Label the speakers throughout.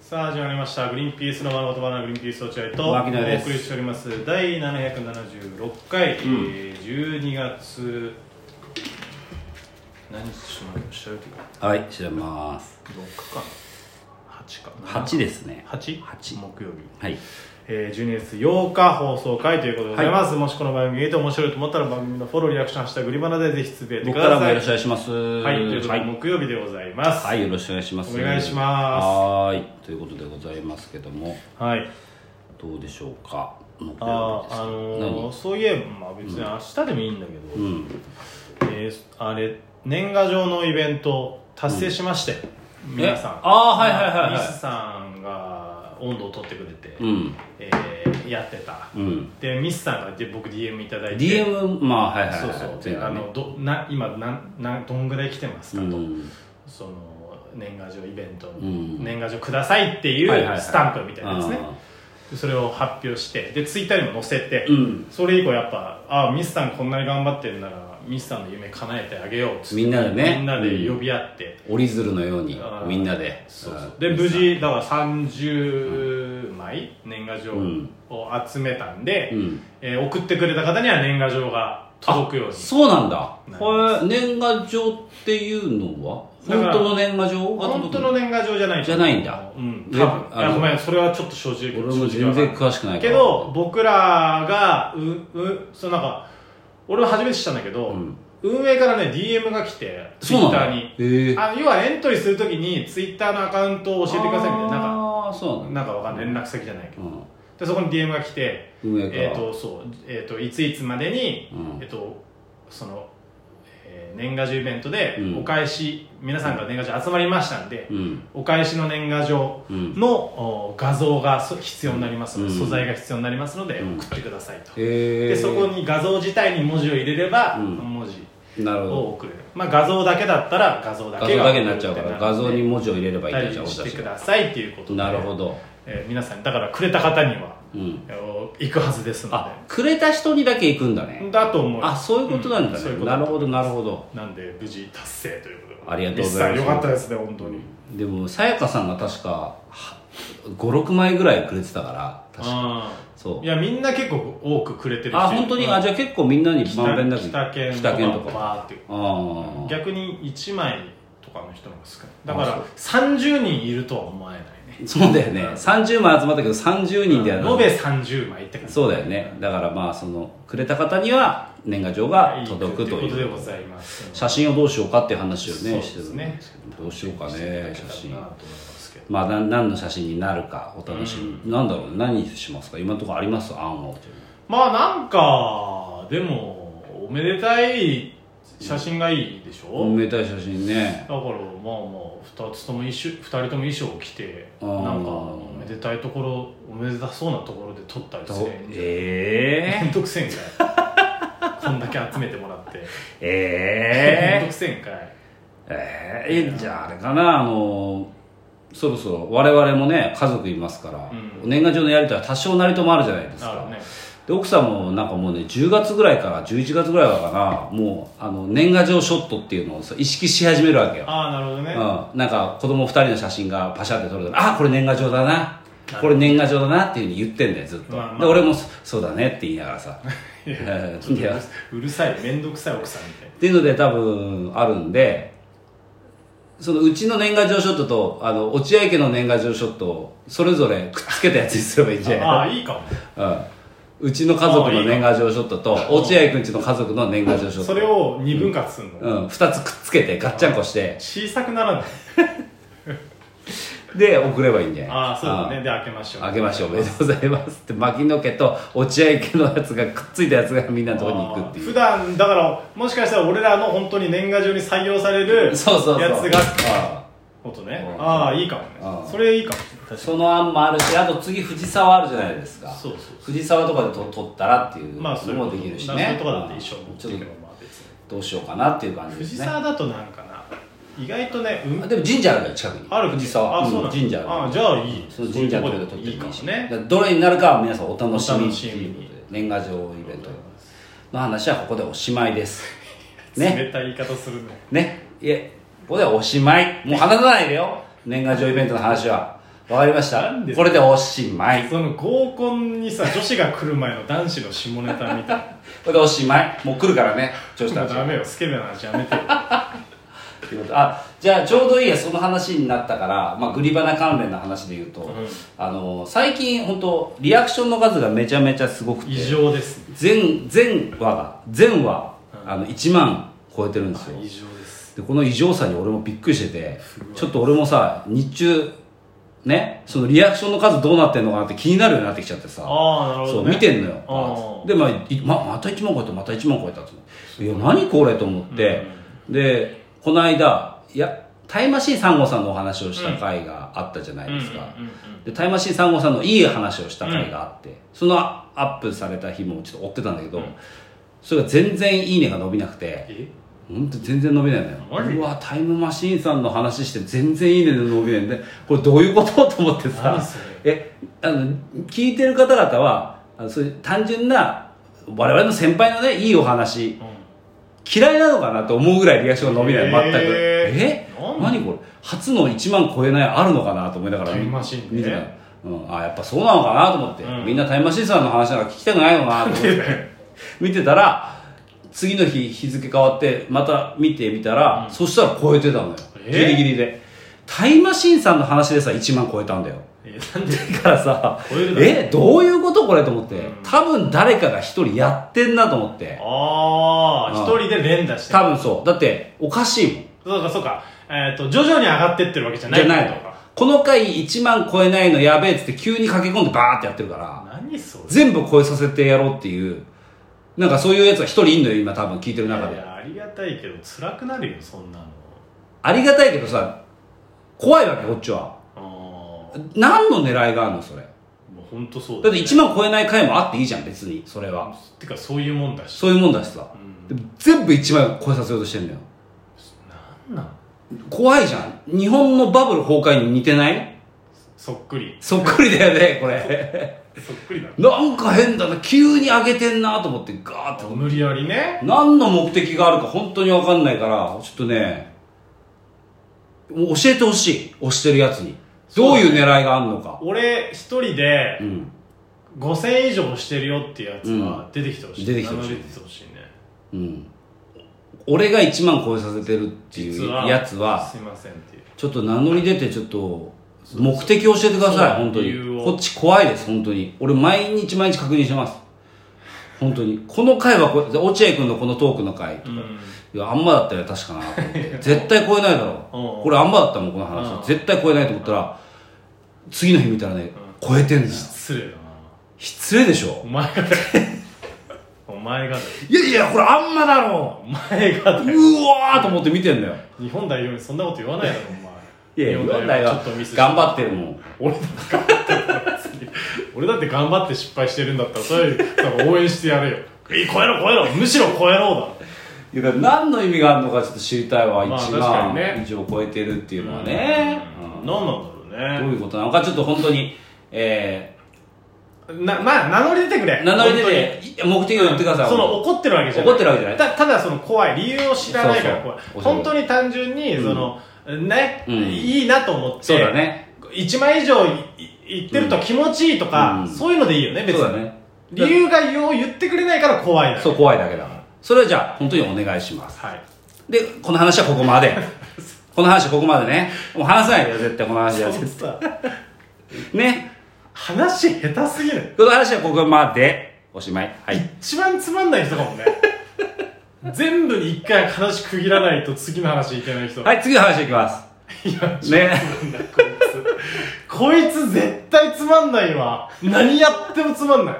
Speaker 1: さあ始まりました「グリーンピースの丸ごとバナナグリーンピース落合」とお
Speaker 2: 牧野です
Speaker 1: 送りしております第776回、えー12月何日ちょっと待って調べてみよ
Speaker 2: はい調べます
Speaker 1: う6かな8かな
Speaker 2: 8ですね
Speaker 1: 8?
Speaker 2: 八
Speaker 1: 木曜日、
Speaker 2: はい
Speaker 1: えー、12月8日放送回ということでございます、もしこの番組見て面白いと思ったら番組のフォローリアクション「ハッシュタググリバナ」でぜひつぶやいて
Speaker 2: 僕
Speaker 1: く
Speaker 2: から
Speaker 1: だ
Speaker 2: も
Speaker 1: さ
Speaker 2: よ
Speaker 1: い
Speaker 2: ろしくお願いしますは
Speaker 1: はい、ということで、木曜日でございます。
Speaker 2: はいよろしくお願いします
Speaker 1: お願いします
Speaker 2: はーいということでございますけども
Speaker 1: はい。
Speaker 2: どうでしょうか木曜日です
Speaker 1: あーあのー、そういえば、まあ、別に明日でもいいんだけど、
Speaker 2: 何うん
Speaker 1: えーあれ年賀状のイベント達成しまして、皆さん
Speaker 2: えあーはいはいはいはい
Speaker 1: ミスさんが温度を取ってくれて、
Speaker 2: うん
Speaker 1: えーやってた、
Speaker 2: うん
Speaker 1: でミスさんからで僕 DM いただいて
Speaker 2: DM まあはいはいはい
Speaker 1: そうそう
Speaker 2: 前
Speaker 1: であ
Speaker 2: 回ね
Speaker 1: のどな今なんなんどんぐらい来てます
Speaker 2: う
Speaker 1: かと、
Speaker 2: ん
Speaker 1: その年賀状イベント
Speaker 2: う
Speaker 1: に、
Speaker 2: ん
Speaker 1: 年賀状くださいってい
Speaker 2: はいはいは
Speaker 1: う
Speaker 2: い
Speaker 1: スタンプみたいなやつね、
Speaker 2: あ
Speaker 1: でそれを発表してでツイッターにも載せて、
Speaker 2: ーうん
Speaker 1: それ以降やっぱああミスさんこんなに頑張ってるならミスさんの夢叶えてあげようっつって
Speaker 2: みんなでね
Speaker 1: みんなで呼び合って、
Speaker 2: 折り鶴のように
Speaker 1: あー
Speaker 2: みんなで
Speaker 1: そう
Speaker 2: あ
Speaker 1: そう
Speaker 2: ー
Speaker 1: で無事だから30枚年賀状
Speaker 2: うん
Speaker 1: を集めたんで、
Speaker 2: うん
Speaker 1: えー送ってくれた方には年賀状が届くように
Speaker 2: そうなんだ
Speaker 1: なります
Speaker 2: これ年賀状っていうのは
Speaker 1: だから
Speaker 2: 本当の年賀状が
Speaker 1: 本
Speaker 2: 届く
Speaker 1: 当
Speaker 2: の
Speaker 1: の年賀状じゃない
Speaker 2: じゃないんだ
Speaker 1: うん
Speaker 2: え
Speaker 1: 多分い
Speaker 2: あ
Speaker 1: や
Speaker 2: の
Speaker 1: ごめんそれはちょっと正直
Speaker 2: 俺も全然詳しくないか
Speaker 1: け
Speaker 2: ら
Speaker 1: ど僕らがううそのなんか俺は初めて知ったんだけど、
Speaker 2: うん
Speaker 1: 運営からね DM が来てツイ
Speaker 2: そう
Speaker 1: ッタ
Speaker 2: なんだ
Speaker 1: ーに
Speaker 2: へえ
Speaker 1: あ要はエントリーするときにツイッターのアカウントを教えてくださいみたいななんか
Speaker 2: ああそうなんだ
Speaker 1: なんかわかんない連絡先じゃないけど
Speaker 2: うん
Speaker 1: でそこに DM が来て
Speaker 2: 運営から
Speaker 1: えっ、とそうえっ、といついつまでに、
Speaker 2: うん
Speaker 1: えっ、とその、えー年賀状イベントで
Speaker 2: うん
Speaker 1: お返し、皆さんから年賀状集まりましたんで、
Speaker 2: うん
Speaker 1: お返しの年賀状
Speaker 2: うん
Speaker 1: の、お画像がそ必要になりますので、
Speaker 2: うん
Speaker 1: 素材が必要になりますので、
Speaker 2: うん
Speaker 1: 送ってくださいと、
Speaker 2: へえ
Speaker 1: でそこに画像自体に文字を入れれば、
Speaker 2: うん
Speaker 1: 文字
Speaker 2: なるほど
Speaker 1: を送れる、まあ、画像だけだったら画像だ
Speaker 2: 画
Speaker 1: け
Speaker 2: 像
Speaker 1: が
Speaker 2: だけになっちゃうか
Speaker 1: 送れ
Speaker 2: ら
Speaker 1: るってな
Speaker 2: 画
Speaker 1: るんで
Speaker 2: 像に文字を入れればいいんだじゃん
Speaker 1: し
Speaker 2: 俺
Speaker 1: てく
Speaker 2: たちが
Speaker 1: ださいっていうことで
Speaker 2: なるほど
Speaker 1: えー皆さんだからくれた方には
Speaker 2: うん
Speaker 1: えー行くはずですの
Speaker 2: あくれた人にだけ行くんだね
Speaker 1: でだと思う
Speaker 2: あそういうことなん
Speaker 1: う
Speaker 2: だ
Speaker 1: そういう
Speaker 2: ね
Speaker 1: こと
Speaker 2: なるほどなるほど
Speaker 1: なんで無事達成ということで
Speaker 2: ありがとうございます
Speaker 1: 西さんよかったですね本当に
Speaker 2: でもさやかさんが確か56枚ぐらいくれてたから確か
Speaker 1: あ
Speaker 2: そう
Speaker 1: ーいやみんな結構多くくれてるし
Speaker 2: あ本当に、
Speaker 1: うん
Speaker 2: あじゃあ結構みんなに
Speaker 1: 北
Speaker 2: まんべんなく
Speaker 1: 北県と
Speaker 2: 北
Speaker 1: か
Speaker 2: 県
Speaker 1: と
Speaker 2: と
Speaker 1: か
Speaker 2: かあ
Speaker 1: バーって
Speaker 2: あ
Speaker 1: 逆に1枚とかの人の方が少ないだか
Speaker 2: あ
Speaker 1: ら30人いるとは思えないね
Speaker 2: そうだよね30枚集まったけど30人でやる
Speaker 1: 延べ30枚って感じ
Speaker 2: そうだよねだからまあそのくれた方には年賀状が届くと
Speaker 1: ということで
Speaker 2: いう
Speaker 1: ございます
Speaker 2: 写真をどうしようかっていう話を
Speaker 1: そう
Speaker 2: ね
Speaker 1: で
Speaker 2: して
Speaker 1: す
Speaker 2: るん
Speaker 1: ね
Speaker 2: ですけどどうしようかね写真
Speaker 1: なと思いますけど
Speaker 2: まあな何の写真になるかお楽しみ、なんだろうね何にしますか今のところあります案を
Speaker 1: まあなんかでもおめでたい写真がいいでしょ、
Speaker 2: お
Speaker 1: だ
Speaker 2: めでたい写真ね
Speaker 1: からまあまあ2つとも衣装2人とも衣装を着て
Speaker 2: あ
Speaker 1: な
Speaker 2: ー
Speaker 1: んかおめでたいところおめでたそうなところで撮ったりす
Speaker 2: ど
Speaker 1: るえめ
Speaker 2: え
Speaker 1: んどくせえんかい こんだけ集めてもらって
Speaker 2: ー、えー
Speaker 1: めんどくせえんかい
Speaker 2: えーえじゃああれかなあのそろそろ我々もね家族いますから、
Speaker 1: うん
Speaker 2: 年賀状のやりとりは多少なりともあるじゃないです
Speaker 1: なる
Speaker 2: か、
Speaker 1: ほどね
Speaker 2: で奥さんもなんかもうね10月ぐらいから11月ぐらいからもうあの年賀状ショットっていうのをそう意識し始めるわけよ、
Speaker 1: ああなるほどね
Speaker 2: うん、なんか子供2人の写真がパシャって撮れたらあこれ年賀状だなこれ年賀状だなっていうふうに言ってんだよずっと、
Speaker 1: まあまあ
Speaker 2: で俺もそそうだねって言いながらさ
Speaker 1: いや
Speaker 2: うんいや
Speaker 1: うるさいめんどくさい奥さんみたい
Speaker 2: っていうので多分あるんでそのうちの年賀状ショットとあの落合家の年賀状ショットをそれぞれくっつけたやつにすればいいんじゃ
Speaker 1: なあ
Speaker 2: な
Speaker 1: あ
Speaker 2: い
Speaker 1: いいかも
Speaker 2: うん、うちの家族の年賀状ショットと
Speaker 1: あいいね
Speaker 2: 落合君ちの家族の年賀状ショット
Speaker 1: それを2分割するの、
Speaker 2: うん、2つくっつけてガッチャンコして
Speaker 1: 小さくならない
Speaker 2: で送ればいいんじゃない
Speaker 1: ああそうだね
Speaker 2: ん
Speaker 1: で開けましょう
Speaker 2: あげましょうおめでとうございますって牧野家と落合家のやつがくっついたやつがみんなのとこに行くっていう
Speaker 1: 普段だからもしかしたら俺らの本当に年賀状に採用される
Speaker 2: そうそうそう
Speaker 1: やつが
Speaker 2: ああ
Speaker 1: ことね
Speaker 2: うん
Speaker 1: ああいいかも
Speaker 2: あ
Speaker 1: ね
Speaker 2: あ
Speaker 1: それいいかも確か
Speaker 2: その案もあるしあと次藤沢あるじゃないですか
Speaker 1: にそうそう
Speaker 2: 藤沢とかでと撮ったらっていう
Speaker 1: まあそれ
Speaker 2: のもできるし
Speaker 1: そうい
Speaker 2: ね
Speaker 1: うとかだって一緒に持って
Speaker 2: ち
Speaker 1: い
Speaker 2: ょっ
Speaker 1: く
Speaker 2: と
Speaker 1: のもまあ別に
Speaker 2: どうしようかなっていう感じで
Speaker 1: 藤
Speaker 2: すね
Speaker 1: 沢だとなんかな意外とねうん
Speaker 2: あでも神社あるから近くに
Speaker 1: ある
Speaker 2: 藤沢
Speaker 1: あそうなんだ
Speaker 2: 神社
Speaker 1: あ
Speaker 2: あ
Speaker 1: あ
Speaker 2: る
Speaker 1: じゃあいい
Speaker 2: その神社
Speaker 1: そう
Speaker 2: と
Speaker 1: い
Speaker 2: か
Speaker 1: うと
Speaker 2: で撮
Speaker 1: こ
Speaker 2: っ
Speaker 1: で
Speaker 2: て
Speaker 1: い
Speaker 2: い
Speaker 1: い
Speaker 2: い
Speaker 1: か
Speaker 2: か
Speaker 1: も
Speaker 2: も
Speaker 1: ね
Speaker 2: ねだからどれになるかは皆さんお楽しみ
Speaker 1: お
Speaker 2: っ
Speaker 1: 楽してみに
Speaker 2: いうことで年賀状イベントの話はここでおしまいですね
Speaker 1: 冷たい言い方するね
Speaker 2: ねいえここでおしまいもう話さないでよ年賀状イベントの話はわかりまし
Speaker 1: な
Speaker 2: た
Speaker 1: んで。
Speaker 2: これでおしまい。
Speaker 1: その合コンにさ女子が来る前の男子の下ネタみ たいな
Speaker 2: これでおしまい。もう来るからね、女子
Speaker 1: も
Speaker 2: た
Speaker 1: う
Speaker 2: ち。
Speaker 1: ダメよスケベな話やめてよ
Speaker 2: ってことあじゃあちょうどいいやその話になったから、まあ、グリバナ関連の話で言うと、
Speaker 1: ん
Speaker 2: あの最近本当リアクションの数がめちゃめちゃすごくて
Speaker 1: 異常です
Speaker 2: 全全話が全話
Speaker 1: うん
Speaker 2: あの1万超えてるんですよ
Speaker 1: 異常です
Speaker 2: でこの異常さに俺もびっくりしててちょっと俺もさ日中ねそのリアクションの数どうなってんのかなって気になるようになってきちゃってさ
Speaker 1: ああなるほ
Speaker 2: そ
Speaker 1: ど、
Speaker 2: う
Speaker 1: ね、
Speaker 2: 見てんのよ
Speaker 1: ああ
Speaker 2: で、まあいままた1万超えたまた1万超えたっていや何これと思って、でこの間いやタイムマシーン3号さんのお話をした回があったじゃないですか、
Speaker 1: うんうんうん
Speaker 2: でタイムマシーン3号さんのいい話をした回があって、そのアップされた日もちょっと追ってたんだけど、
Speaker 1: うん
Speaker 2: それが全然いいねが伸びなくて
Speaker 1: え
Speaker 2: ほんと全然伸びないのよ
Speaker 1: マジ
Speaker 2: うわタイムマシーンさんの話して全然いいね伸びないんでこれどういうことと思ってさ
Speaker 1: 何それ
Speaker 2: えあの聞いてる方々はあのそういう単純な我々の先輩のねいいお話嫌いなのかなと思うぐらいリアクションが伸びない全く
Speaker 1: へ
Speaker 2: え
Speaker 1: ーなんで
Speaker 2: 何これ初の1万超えないあるのかなと思いながら
Speaker 1: タイムマシーンで
Speaker 2: 見てたうん、あやっぱそうなのかなと思って、
Speaker 1: うん
Speaker 2: みんなタイムマシーンさんの話なんか聞きたくないのかなと思って 見てたら次の日日付変わってまた見てみたら、そしたら超えてたのよ、
Speaker 1: え
Speaker 2: ギリギリでタイムマシーンさんの話でさ1万超えたんだよ
Speaker 1: えなんで
Speaker 2: だからさ
Speaker 1: 超えるだろ
Speaker 2: えどういうことこれと思って、
Speaker 1: うん
Speaker 2: 多分誰かが一人やってんなと思って
Speaker 1: ああ
Speaker 2: ああ
Speaker 1: 一人で連打して
Speaker 2: 多分そうだっておかしいも
Speaker 1: そ
Speaker 2: ん
Speaker 1: うかそうかえっ、と徐々に上がってってるわけじゃな
Speaker 2: じ
Speaker 1: い
Speaker 2: ゃな
Speaker 1: っ
Speaker 2: い
Speaker 1: て
Speaker 2: と
Speaker 1: ことか
Speaker 2: この回1万超えないのやべえっつって急に駆け込んでバーってやってるから
Speaker 1: 何それ
Speaker 2: 全部超えさせてやろうっていうなんかそういうやつが一人いんのよ今多分聞いてる中
Speaker 1: い
Speaker 2: で
Speaker 1: やありがたいけど辛くなるよそんなの
Speaker 2: ありがたいけどさ怖いわけこっちは
Speaker 1: ああも
Speaker 2: 何の狙いがあるのそれだ
Speaker 1: う本当そう
Speaker 2: って1万超えない回もあっていいじゃん別にそれは
Speaker 1: てかそういうもんだし
Speaker 2: そういうもんだしさ
Speaker 1: うん
Speaker 2: でも全部1万超えさせようとしてんのよ
Speaker 1: なんなん
Speaker 2: 怖いじゃん日本のバブル崩壊に似てない
Speaker 1: そっくり
Speaker 2: そっくりだよねこれ
Speaker 1: そっくりだ
Speaker 2: なんか変だな急に上げてんなと思ってガーって
Speaker 1: 無理やりね
Speaker 2: 何の目的があるか本当に分かんないからちょっとねもう教えてほしい押してるやつにどういう狙いがあるのか
Speaker 1: 俺一人で
Speaker 2: うん
Speaker 1: 5000以上してるよっていうやつは出てきてほしい、
Speaker 2: 出てきてほしい
Speaker 1: 名乗り出てほしいね
Speaker 2: うん俺が1万超えさせてるっていうやつは
Speaker 1: すいませんっていう
Speaker 2: ちょっと名乗り出てちょっと目的教えてくださ
Speaker 1: そ
Speaker 2: い
Speaker 1: う
Speaker 2: 本当に
Speaker 1: 理由を
Speaker 2: こっち怖いです本当に俺毎日毎日確認してます本当にこの回はこう落合君のこのトークの回とか、
Speaker 1: うん
Speaker 2: いやあんまだったよ確かなと 思って絶対超えないだ
Speaker 1: うんう
Speaker 2: ろ
Speaker 1: ん
Speaker 2: これあんまだったもんこの
Speaker 1: うん
Speaker 2: 話絶対超えないと思ったら次の日見たらね超えてんだよ
Speaker 1: 失礼だな
Speaker 2: 失礼でしょ
Speaker 1: お前が だよお前がだよ
Speaker 2: いやいやこれあんまだろ
Speaker 1: お前がだ
Speaker 2: う
Speaker 1: よ
Speaker 2: わーと思って見てんだよ
Speaker 1: 日本代表にそんなこと言わないだろお
Speaker 2: い
Speaker 1: 前
Speaker 2: や言わない
Speaker 1: ちょ
Speaker 2: わ
Speaker 1: っとミスして
Speaker 2: 頑張ってるもん
Speaker 1: 俺だって頑張ってる俺だって頑張って失敗してるんだったらそれより多分応援してやれ よえい超えろ超えろむしろ超えろ
Speaker 2: いや何の意味があるのかちょっと知りたいわ
Speaker 1: まあ
Speaker 2: 1
Speaker 1: 確かに
Speaker 2: 万
Speaker 1: ね
Speaker 2: 以上超えてるっていう
Speaker 1: だ
Speaker 2: のはね
Speaker 1: うん
Speaker 2: うん
Speaker 1: 何なんだ
Speaker 2: ど
Speaker 1: ろ
Speaker 2: ういうことなのかちょっと本当にえ
Speaker 1: うねなまあ名乗り出てくれ
Speaker 2: ー名乗り出ていや目的を言ってください
Speaker 1: その怒ってるわけじゃない
Speaker 2: 怒ってるわけじゃない
Speaker 1: たただその怖い理由を知らないから怖い
Speaker 2: そうそう
Speaker 1: 本当に単純にその、ね、
Speaker 2: うん
Speaker 1: いいなと思って
Speaker 2: そうだね
Speaker 1: 1枚以上いい言ってると気持ちいいとか、
Speaker 2: うん
Speaker 1: そういうのでいいよね別
Speaker 2: そう
Speaker 1: に
Speaker 2: だね
Speaker 1: 理由がよう言ってくれないから怖いな
Speaker 2: そう怖いだけだからそれはじゃあ本当にお願いします
Speaker 1: はい
Speaker 2: でこの話はここ までこの話はここまでねもう話さないでよ絶対こ の話は
Speaker 1: そうさ
Speaker 2: ね
Speaker 1: 話下手すぎる
Speaker 2: この話はここまでおしまいはい
Speaker 1: 一番つまんない人かも ね全部に一回話区切らないと次の話いけない人、
Speaker 2: はい次の話いきます
Speaker 1: い、や
Speaker 2: ね
Speaker 1: なんだこいつこいつ絶対つまんないわ何やってもつまんない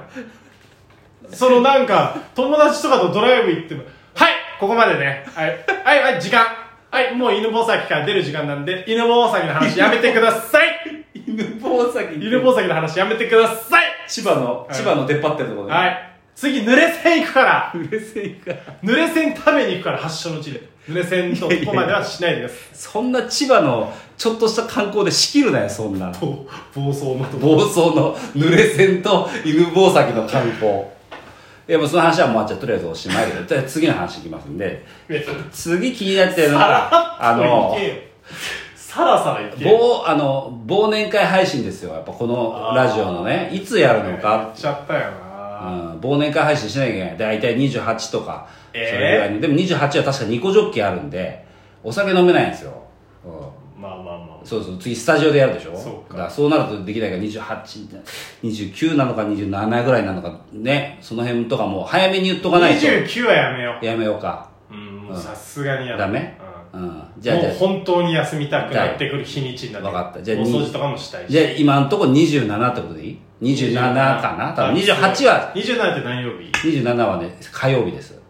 Speaker 1: そのなんか友達とかとドライブ行ってもはいここまでねはいはいはい時間はいもう犬吠埼から出る時間なんで犬吠埼の話やめてください
Speaker 2: 犬吠埼
Speaker 1: 犬吠埼の話やめてください
Speaker 2: 千葉の千葉の出っ張ってるところで
Speaker 1: はい次濡れ線行くから
Speaker 2: うるせえか
Speaker 1: 濡れ線食べに行くから発祥の地で濡れ線とここまではしないでください
Speaker 2: そんな千葉のちょっとした観光で仕切るなよそんな
Speaker 1: 暴暴走のとこ
Speaker 2: 暴走の濡れ線と犬吠埼の観光いやもうその話はもうあっちゃとりあえずおしまいでじゃあ次の話いきますんで次気になってるの
Speaker 1: さらっ
Speaker 2: があ
Speaker 1: と
Speaker 2: の
Speaker 1: 行けよささらさらいける
Speaker 2: 忘あの忘年会配信ですよやっぱこのラジオのねいつやるの
Speaker 1: や
Speaker 2: か
Speaker 1: っちゃったよ
Speaker 2: う
Speaker 1: なん
Speaker 2: 忘年会配信しなきゃいけない大体28とか、
Speaker 1: えー
Speaker 2: それぐらいにでも28は確か2個ジョッキあるんでお酒飲めないんですよ、う
Speaker 1: まあまあまあ
Speaker 2: ん、そうそう次スタジオでやるでしょ
Speaker 1: そうか
Speaker 2: だらそうなるとできないから2829なのか27ぐらいなのかねその辺とかもう早めに言っとかないと
Speaker 1: 29はやめよ
Speaker 2: やめようか
Speaker 1: ううんもうさすがにや
Speaker 2: ダメ
Speaker 1: うん
Speaker 2: うん
Speaker 1: じ
Speaker 2: じゃ
Speaker 1: ゃ
Speaker 2: あ
Speaker 1: あ
Speaker 2: じ
Speaker 1: じゃ
Speaker 2: ゃあ
Speaker 1: もう本当に休みたくなってくる日にちになって
Speaker 2: わかったじゃあ
Speaker 1: お掃除とかもしたいし
Speaker 2: じゃあ今のとこ27ってことでいい ?27 かな多分28は
Speaker 1: 27って何曜日
Speaker 2: 27はね火曜日です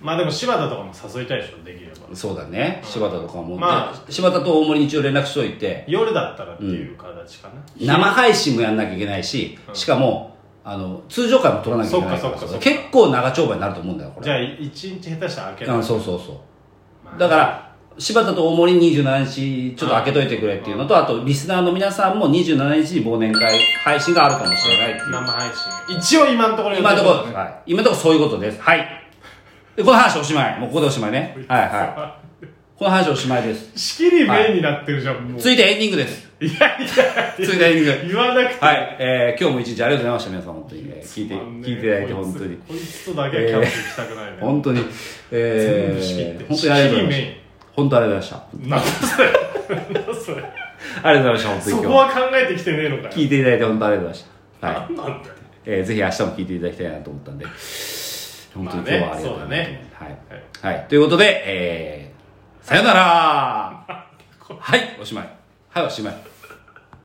Speaker 1: まあでも柴田とかも誘いたいでしょできれば
Speaker 2: そうだね柴田とかも、
Speaker 1: ま
Speaker 2: で柴田と大森に一応連絡しといて
Speaker 1: 夜だったらっていう形かな、
Speaker 2: 生配信もやんなきゃいけないし、
Speaker 1: うん
Speaker 2: しかもあの通常回も取らなきゃいけない
Speaker 1: そっかそっかそっか
Speaker 2: 結構長丁場になると思うんだよこれ
Speaker 1: じゃあ一日下手したら開け
Speaker 2: う
Speaker 1: なん
Speaker 2: そうそうそう
Speaker 1: まあ
Speaker 2: だから柴田と大森27日ちょっと開けといてくれっていうのとあとリスナーの皆さんも27日に忘年会配信があるかもしれないっていう
Speaker 1: 生配信一応今のところ
Speaker 2: 今のところ、はい、今のところそういうことです。はい。で、この話おしまい。もうここでおしまいね。はいは。
Speaker 1: はい
Speaker 2: この話おしまいです。
Speaker 1: いしきりメインになってるじゃん、もう
Speaker 2: 続いてエンディングです。
Speaker 1: いやいや
Speaker 2: 続いてエンディング。
Speaker 1: 言わなくて
Speaker 2: はい。えー、今日も一日ありがとうございました。皆さん本当に、ね、聞いて、
Speaker 1: まあね
Speaker 2: 聞いていただいて本当に。
Speaker 1: こいつこいつとだけはキャンプ行きたくないね、
Speaker 2: 本当に、
Speaker 1: 全
Speaker 2: え
Speaker 1: 部仕切って
Speaker 2: ー、本当にありがとうご
Speaker 1: 仕切り
Speaker 2: ざい
Speaker 1: メイン
Speaker 2: ました。本当ありがとうございま
Speaker 1: なんだそれなんだそれ
Speaker 2: した。ありがとうございました。
Speaker 1: そこ
Speaker 2: 本当に今
Speaker 1: は考えてきてねえのかよ
Speaker 2: 日。聞いていただいて本当ありがとうございました。はい。
Speaker 1: なんなんだよ
Speaker 2: えー、ぜひ明日も聞いていただきたいなと思ったんで、本当に今日はありがとうございます。
Speaker 1: まあね
Speaker 2: はい。はい。ということ で、えー、さよならはい、おしまい。はい、おしまい。